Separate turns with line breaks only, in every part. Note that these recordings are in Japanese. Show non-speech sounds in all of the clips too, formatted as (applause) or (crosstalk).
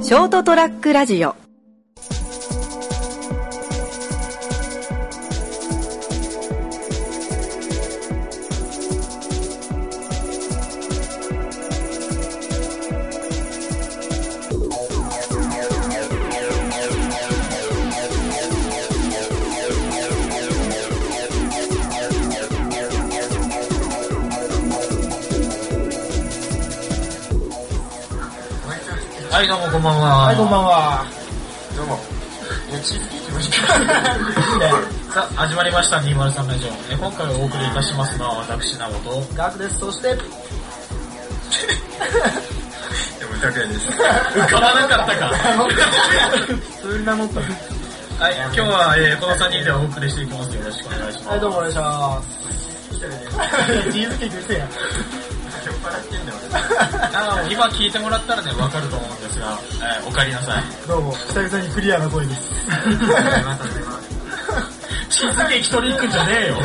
ショートトラックラジオ
はい、どうもこんばんは。
はい、こんばんは。
どうも。いや、チーズケー
(laughs)
キもいい
さあ、始まりました、203ラジオ。え今回お送りいたしますのは、私、なごと。
ガクです。そ (laughs) して、
でも、100円です。
(laughs) 浮からなかった
(laughs)
か。
そんなもんか。
はい、今日は、えーこの3人でお送りしていきます。よろしくお願いします。
はい、どうもお願いします。チーズケーキうるせえや。
酔っ払ってんだよ、
(laughs) あの今聞いてもらったらね、わかると思うんですが、えーお帰りな
(laughs)
さい。 (laughs)
どうも、久々にクリアな声です。
チーズケーキ取りに行くんじゃねえよ。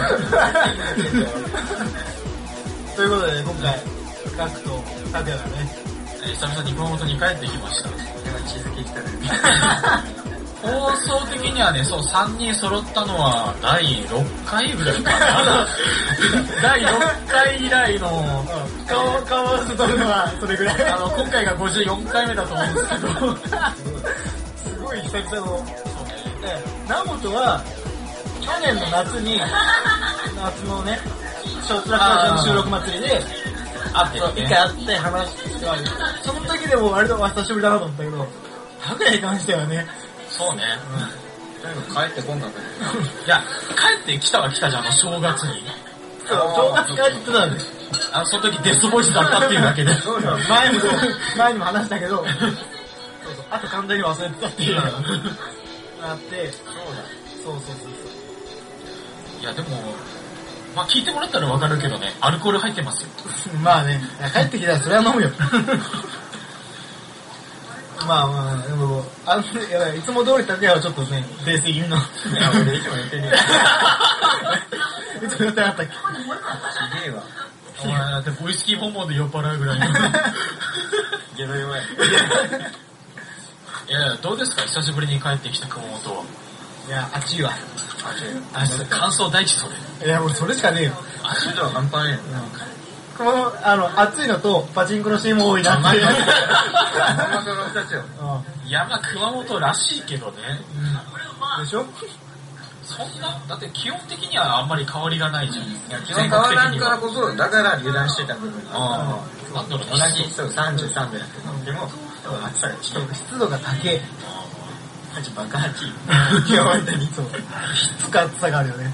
(laughs) (laughs) ということで、今回、ガクとタクヤがね、
えー久々に熊本に帰ってきました。
俺。今、チーズケーキ食
(laughs)
べる。
放送的にはね、そう、3人揃ったのは、第6回ぐらいか (laughs) な。第6回以来の、
顔、顔合わせとるのはそれぐらい。
あの、今回が54回目だと思うんですけど、
すごい久々の。で、ナモトは、去年の夏 (laughs) に、夏のね、ショートラックラジオの収録祭りで、
あって
そう
ね
一回会って話してはあるその時でも割と久しぶりだなと思ったけど、タクヤに関してはね、
そうね。
帰ってこんかったね。
いや、帰ってきたは来たじゃん、あの正月に。
そう、正月帰ってたんです。
あの、その時デスボイスだったっていうだけで。
そうそう前 (laughs) にも、前にも話したけ (laughs) ど、そうそうあと完全に忘れてたっていうのがあって、そうそう
い
そう
や、でも、まあ聞いてもらったらわかるけどね、アルコール入ってますよ。
そう。 (laughs) まあね、帰ってきたらそれは飲むよ。 (laughs) まあまあ、でも、あの、やばい、いつも通り拓也はちょっとね、冷静気味の。い
や俺いつも寝てね
え。いつもやってなかったっけ
(laughs) すげえわ。
お前だってウイスキー本望で酔っ払うぐらいの。
ゲロ弱い。
いや、どうですか久しぶりに帰ってきた熊本は。
いや、熱いわ。
あ、ち
あ、
ょ、
そう感想第一それ。
いや、俺それしかねえよ。
あ、ちょっと半端ねえ
この、あの、熱いのと、パチンコのシーンも多いなっていう。
な。本当の二つよ。
う
いや、まあ熊本らしいけどね。
んでしょ
そんな、だって基本的にはあんまり変わりがないじゃん。いや、
基本変わらんからこそ、だから油断してた部分。
ああ、なんだろう、
同じ、そう、33度やってた。で
(laughs)
も、暑さが低い。
湿度が高え。
マジ爆発。
いや、本当にそう。 (laughs) きつか暑さがあるよね。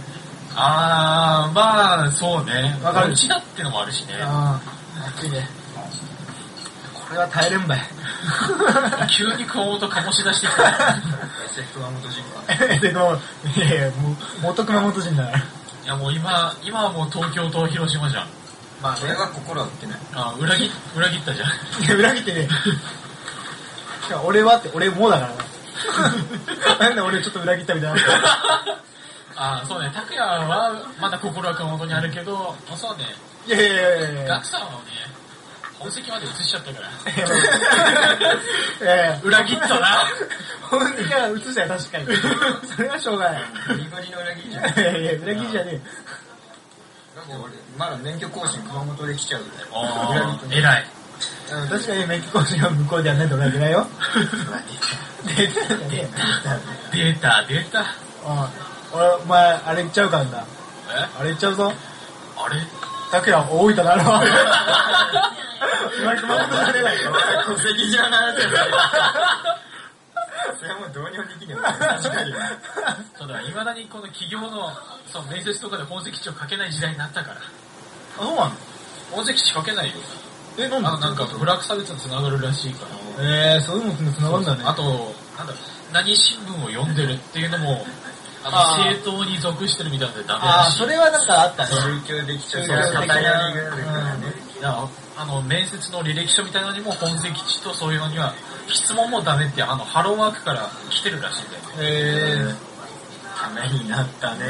あー、まあ、そうね。
わかる
うちだってのもあるしね。
ああ、暑いね。これは耐えれんばい。 (laughs)
急に熊本醸し出してき (laughs) た。
SF 熊本人か。
でも、いやいや、もう、元熊本人だから。
いや、もう今、今はもう東京と広島じゃん。
まあ
俺は心は売ってない。
あ裏切、裏切ったじゃん。
いや、裏切ってねえ。しかも俺はって、俺もだから (laughs) な。なんで俺ちょっと裏切ったみたいな。
(laughs) あー、そうね。拓也は、まだ心は熊本にあるけど、まあそうね。
いやいやいやいやいや
ガクさんはね、本籍まで移しちゃったから。
いやいや。
(laughs) 裏切ったな。
本当には映したよ、確かに。それはしょうがない。
ゴリゴリの裏切りじゃん。だっ
いやいや、裏切りじゃねえよ。
て俺、まだ免許更新熊本で来ちゃうみたいな。裏
(laughs)
切
あ
って
ー、偉い。
うん確かにメキシコ人は向こうでやんないといけないよ。出た出
出た、出た。
俺、お前、あれ行っちゃうかんだ。
え
あれ行っちゃうぞ。
(laughs) あれ
たくや大分 (laughs) だろ。今熊本じゃねえだよ。
戸籍上の話だよ。それはもうどうにもできねえ。確かに。
ただ、いまだにこの企業の、その面接とかで本籍地を書けない時代になったから。
あ、そうなの
本籍地書けないよ。
え、な
あ
んだ
の、なんか、ブラック差別につながるらしいから。
えー、そういうのに繋がるんだね。
あと、なんだろう、何新聞を読んでるっていうのも、あ
あ
の、
ー
政党に属してるみたいなんでダメ
あ
ら
ー、
しい。
それはなんかあったね。
宗教できちゃうか
宗教
ら、
的
偏
な
りが出るからね。
だからあの、面接の履歴書みたいなのにも本籍地とそういうのには、質問もダメって、あの、ハローワークから来てるらしいんだよね。
えー、
ためになった
(laughs)
ね。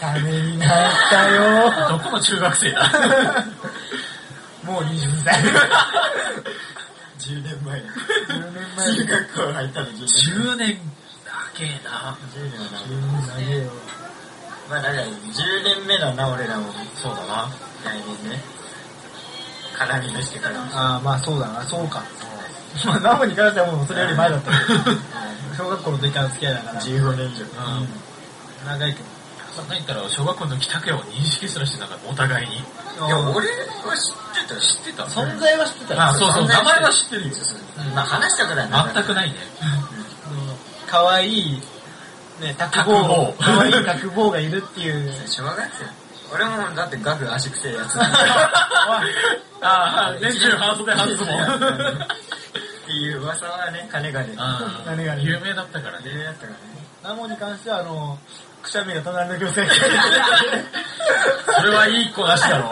ためになったよ。
どこの中学生だ (laughs)
もう22歳。
10年前に。
10年
中学校入ったの
10
10年。
年だけな。
10年
う
は
ん長えよ
まあだから10年目だな、俺らも。
そうだな。
来年ね。絡み出してから。うん
(laughs) ああ、まあそうだな、そうか。まあ、ナムに関してはもうそれより前だったけど。 (laughs) 小学校の時からの付き合いだから。
15年以上。
うん
長いけ
そんなん言ったら、小学校の帰宅屋を認識すらしてなかった、お互いに。
ど。
いや、俺は知ってた
知
し。
ってた
存在は知ってたよ。
あ、そうそう、
存在
名前は知ってるよ。
まあ話したからなんだ
全くないね。
うんかわいい、ね、卓
卓
望
望、
かわいい卓望がいるっていう。
小学生。俺もだってガク足くせえやつ。
(laughs) ああ、年中半袖半ズボン。
っていう噂はね、金がね。
ああ
何がね
有名だったからね。
有名だったからね。
ナモに関しては、あの、くしゃみが隣の女性
それはいい子なしだろ。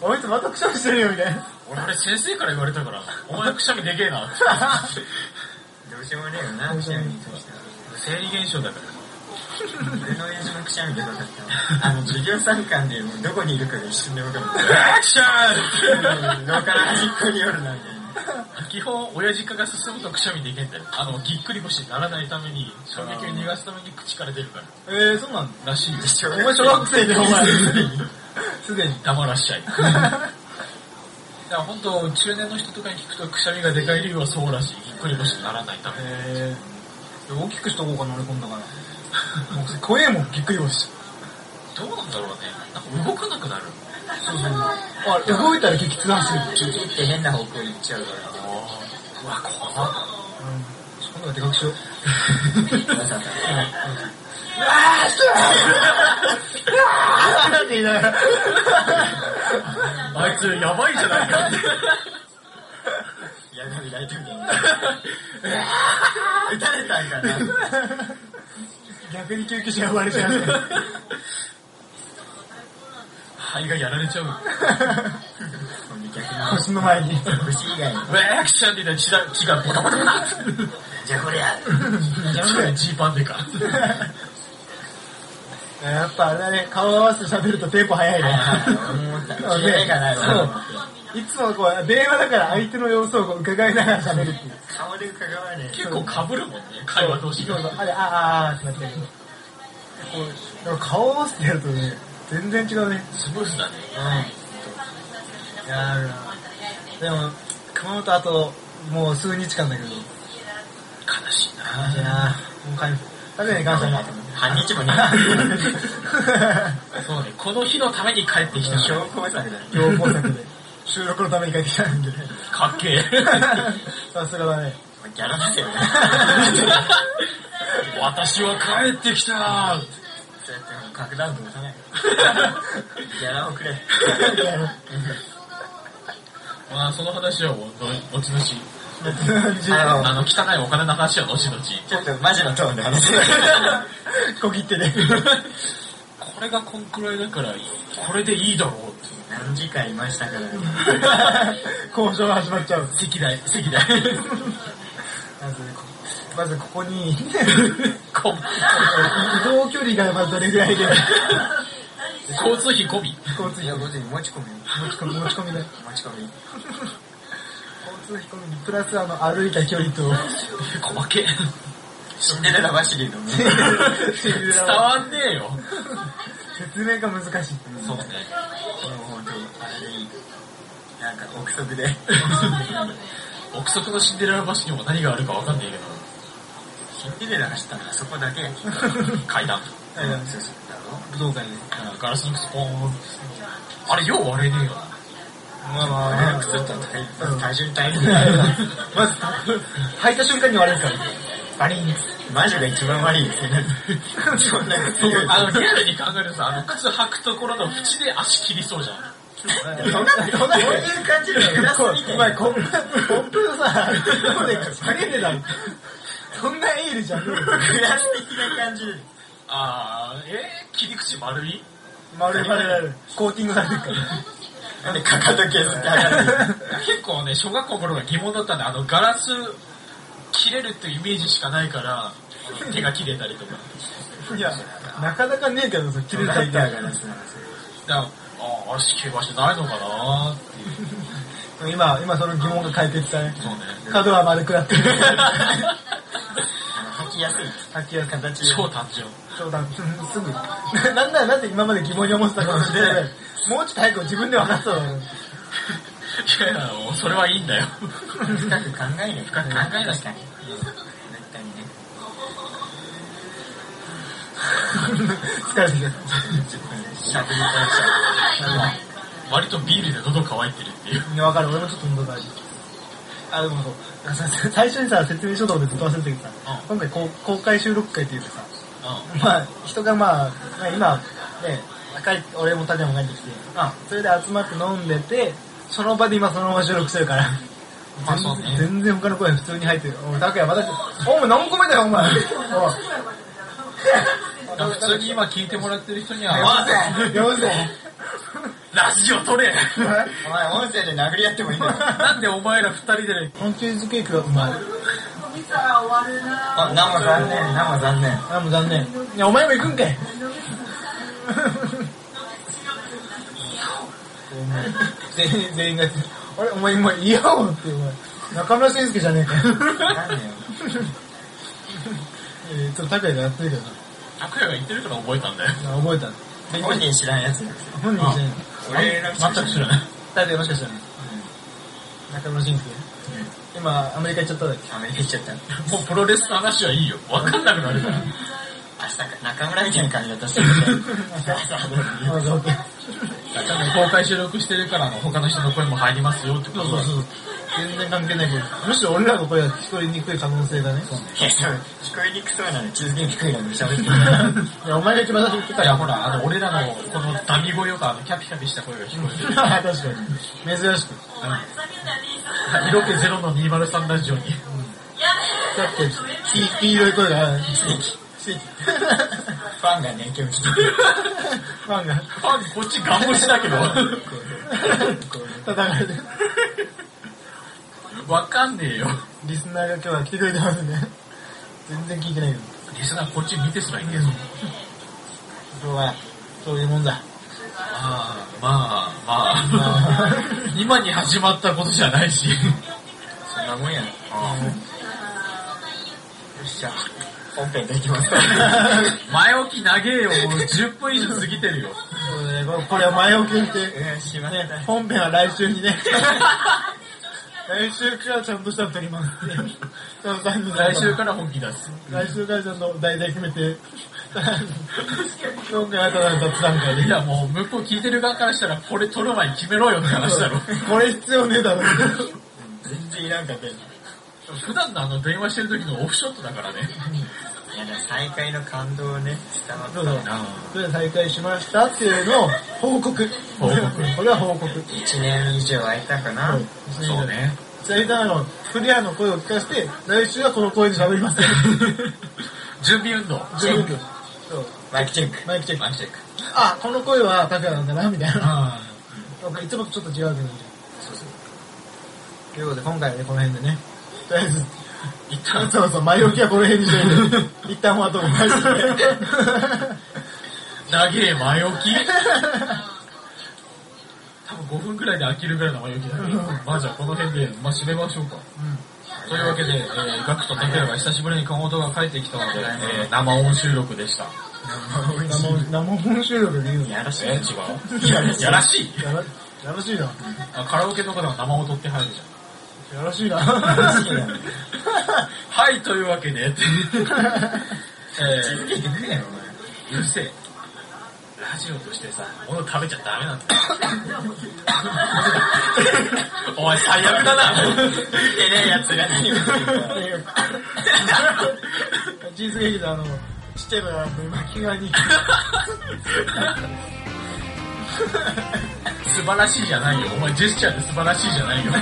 おいつまたくしゃみしてるよ、みたいな。
俺、あれ先生から言われたから、お前くしゃみでけえな。
どうしようもねえよな、くしゃみに関しては。
生理現象だから。
俺の親父のくしゃみでかかった。あの、授業参観でもうどこにいるかが一瞬で分かる。
アクション
脳から端っこにおるな、みたいな。
基本、親父化が進むとくしゃみでけんだよ。あの、ぎっくり腰にならないために、衝撃を逃がすために口から出るから。
えー、そうなんだ。
らしいよ。
お前小学生で、お (laughs) 前。すでに。
黙らし (laughs) ちゃい。だから本当、中年の人とかに聞くと、くしゃみがでかい理由はそうらしい。ぎっくり腰にならないため。
えー、大きくしとこうかな、俺今 (laughs) 度から。もう怖えもん、ぎっくり腰。
どうなんだろうね。なんか動かなくなる。
そうそう。あ、動いたら激痛走る。
キキって変な方向に行っちゃうから。
うわ、この、
うん。今度はでかくしよう。
わざ
う
わざ
わーすうわーって言いながら。
あいつやばいじゃないか。 (laughs)
やがみライトみたいな。撃たれたんかな。
(laughs)
逆に救急車呼ばれちゃう。
肺がやられちゃう。
逆の
腰の前に。
星以外に。
ウェアクションって言ったら血がボタボタボタ
じゃあこりゃ。
や
それジーパンでか。
っぱあれだね、顔合わせて喋るとテンポ早いね。
思った。切れ目がないわ。
いつもこう、電話だから相手の様子をこう伺いながら喋るっていう。
顔で伺わねえ。
結構被るもんね、会話同士
そうそう
が。
あれ、あーあーってなってるけど。こう、でも顔合わせてやるとね、全然違うね。
スムーズだね。
うん。やるなでも、熊本あと、もう数日間だけど。
悲しいな。
いやー、もう回復。だね、感謝も。
半日もね。
そうね、この日のために帰ってきた。
強行
(laughs)
策だ。
両方作で。収録のために帰ってきたんで。
か (laughs) っけえ。
さすがだね。
ギャラだよね。
私は帰ってきた
そうやってもう核弾頭打たない。ギャラをくれ。
(laughs) まあ、その話はもう、後々。
あ
あの、汚いお金の話は後々。
ちょっとマジのトーンで話す。
(laughs) こぎってね。
これがこんくらいだから、これでいいだろうって。
何時間いましたからね。
(laughs) 交渉が始まっちゃう。
席代、席代。
まず、こまずここに、移 (laughs)
こ
動距離がまずどれぐらいで、
交通費込み。
交通
い
費
や、
持
5時に持ち込み。
ち込み、持ち込みで。
持ち込
交
み。
通費込みに、プラスあの、歩いた距離と、
(laughs) 細けえ。
シンデレラ走りのね。
伝わんねえよ。
説明が難しい。
そうね。
もう本当、あれいい。なんか憶測で。
憶測のシンデレラ橋にも何があるかわかんないけど、
シンデレラ走ったのはそこだけ。そう
階段。
そうそうだろ
武道館で。
ガラスのスポーン。あれ、よう割れねえよな。
まあま
あ
あ、
れ、
ま
ちょっと体単純体
ず、履いた瞬間に割れるから。
バリン。魔女が一番悪いですね。そんなこと言う。
あの、リアルに考えるとさ、あの、靴履くところの縁で足切りそうじゃん。
そんな、そんな、そういう感じのグラス
お
みたい
前
な。
コップ、コップのさ、ここで下げてたの。そんなエールじゃん。
グラス的な感じ。
あー、えー、切り口丸い
丸い丸いコーティングされてるから。
なんでかかと削って上がる
結構ね、小学校の頃が疑問だったんで、あの、ガラス切れるっていうイメージしかないから、手が切れたりとか。
いや、なかなかねえけどさ、切れ
の
た
ラ
っ
イ
て
タ
あ
ー
る
がラスなんですよ。
だから、あー、足切る場所ないのかなーっていう。
今、今その疑問が解決したね。
そうね。
角は丸くなってる。
履きやすい
吐きやすい形。
超単純。
冗談、すぐ。なんならなんで今まで疑問に思ってたかもしれない。もうちょっと早く自分で分かったのに。
いやいや、もうそれはいいんだよ。
深く考える深く考えな
確
きゃ
か
ね絶対にね
疲れてきた。
しゃべりたいし
割とビールで喉乾いてるっていう。
いや、わかる。俺もちょっと喉大事。あ、でもそう。あさ最初にさ、説明書とかでずっと忘れてたけどさ、今回こう公開収録会って言ってさ、
う
まあ、人がまあ、まあ今、ね、帰って俺もタネも帰ってきて、それで集まって飲んでて、その場で今そのまま収録してるから。
ん。まあそうね。
全然他の声普通に入ってる。おい、拓也まだ、お前何個目だよ、お前。おい (laughs)
普通に今聞いてもらってる人には、
よせ。
ラジオ撮れ
お前音声で殴り合ってもいいんだよ
なんでお前ら二人でね、
このチーズケーキがうまい。
見たら終わるな
あ何も残念何も残念
あ、もう残念。いや、お前も行くんかい。全員、全員が、あれ、お前今、イヤホンって、お前。中村俊介じゃねえかよ。
残念よ
いやちょっと高いでやってるけど
拓也が言ってるから覚えたんだよ。
な。覚えたの。
本人知らんやつだ
本人じゃない。
俺ら
全く知らない。
高いもしかしたらね。中村俊介。今、アメリカ行っちゃっただっけ
アメリカ行っちゃった明
もうプロレスの話はいいよ。わかんなくなるから。
日か中村みたいな感じだったっすね
あそうそう
ちゃんと公開収録してるから、あの他の人の声も入りますよってこ
そ
と
うそう
だ。
そう。全然関係ないけど。むしろ俺らの声は聞こえにくい可能性がね。
いやそう聞こえにくそうなのに気づきにくいのに喋ってる
いや、お前が一番最初に言ってた
い
よ。
や、ほら、あの、俺らの、このダミ声よか、あの、キャピキャピした声が聞こえてる。
(laughs) 確かに。珍しく。
色気ゼロの203ラジオに。
だって、黄黄色い声が、
ファンがね今日聞いてる
ファンが
あ、こっちガン押しだけど。 (laughs)
叩かれて、
わかんねえよ。
リスナーが今日は来てくれてますね。全然聞いてないけど。
リスナーこっち見てすらいねえぞ。
今日は、そういうもんだ。
ああ、まあ、まあ。今に始まったことじゃないし。
そんなもんやねよっしゃ本編できます
(laughs) 前置き長えよ。もう10分以上過ぎてるよ。
そうねこれこれは前置きにして、
うんしまった
本編は来週にね。来週からちゃんとしたの撮りますっていう。その番組
来週から本気出す。
来週からちゃんと題材決めて、今回はただの雑談会で
い。やもう向こう聞いてる側からしたらこれ撮る前に決めろよって話だろ。
これ必要ねえだろ。
全然いらんかったよ
普段のあの電話してる時のオフショットだからね。
いやでも再会の感動をね伝わっ
ど
た
うぞ。それで再開しましたっていうのを報告。
報告
これは報告。
1年以上空いたかな、
そうね。
最短のクリアの声を聞かせて、来週はこの声で喋ります。
準備運動。
十分分。そう
マイクチェック
マイクチェック
マイクチェック
あ、この声はタクヤなんだな、みたいな。
あ
なんかいつもとちょっと違うけど。ということで、今回はね、この辺でね。とりあえず、
一旦、
そうそう、前置きはこの辺にしといて、一旦も後も返 (laughs) して。
長え前置き。 (laughs) 多分5分くらいで飽きるぐらいの前置きだね。まあじゃあこの辺で、まあ締めましょうか。というわけで、えー、ガクとタケヤが久しぶりに顔音が帰ってきたので、えー生音収録でした。
生生本収録で言うの
やらしい
えー、違うやらしい。やらしい
やらやらしいな。
あカラオケとかでも生音って入るじゃん。
やらしい
(laughs)
な。(laughs)
はい、というわけで。 (laughs) え
続け
ー、
てくれよ
うるせえ。ラジオとしてさ、物食べちゃダメ (laughs) なんだ。お前最悪だな。見てねえやつが何を言ってるか
チーズケーキであの、ちっちゃいから巻き側に。
素晴らしいじゃないよ。お前ジェスチャーで素晴らしいじゃないよ。さ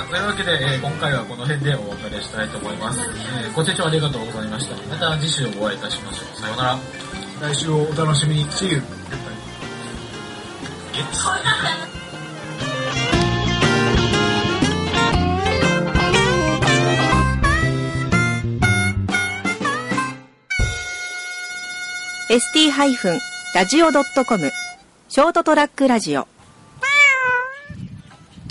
あ、というわけで、えー今回はこの辺でお別れしたいと思います。えーご清聴ありがとうございました。また次週お会いいたしましょう。さようなら。
来週をお楽しみに。See you.
ST-radio.com ショートトラックラジオ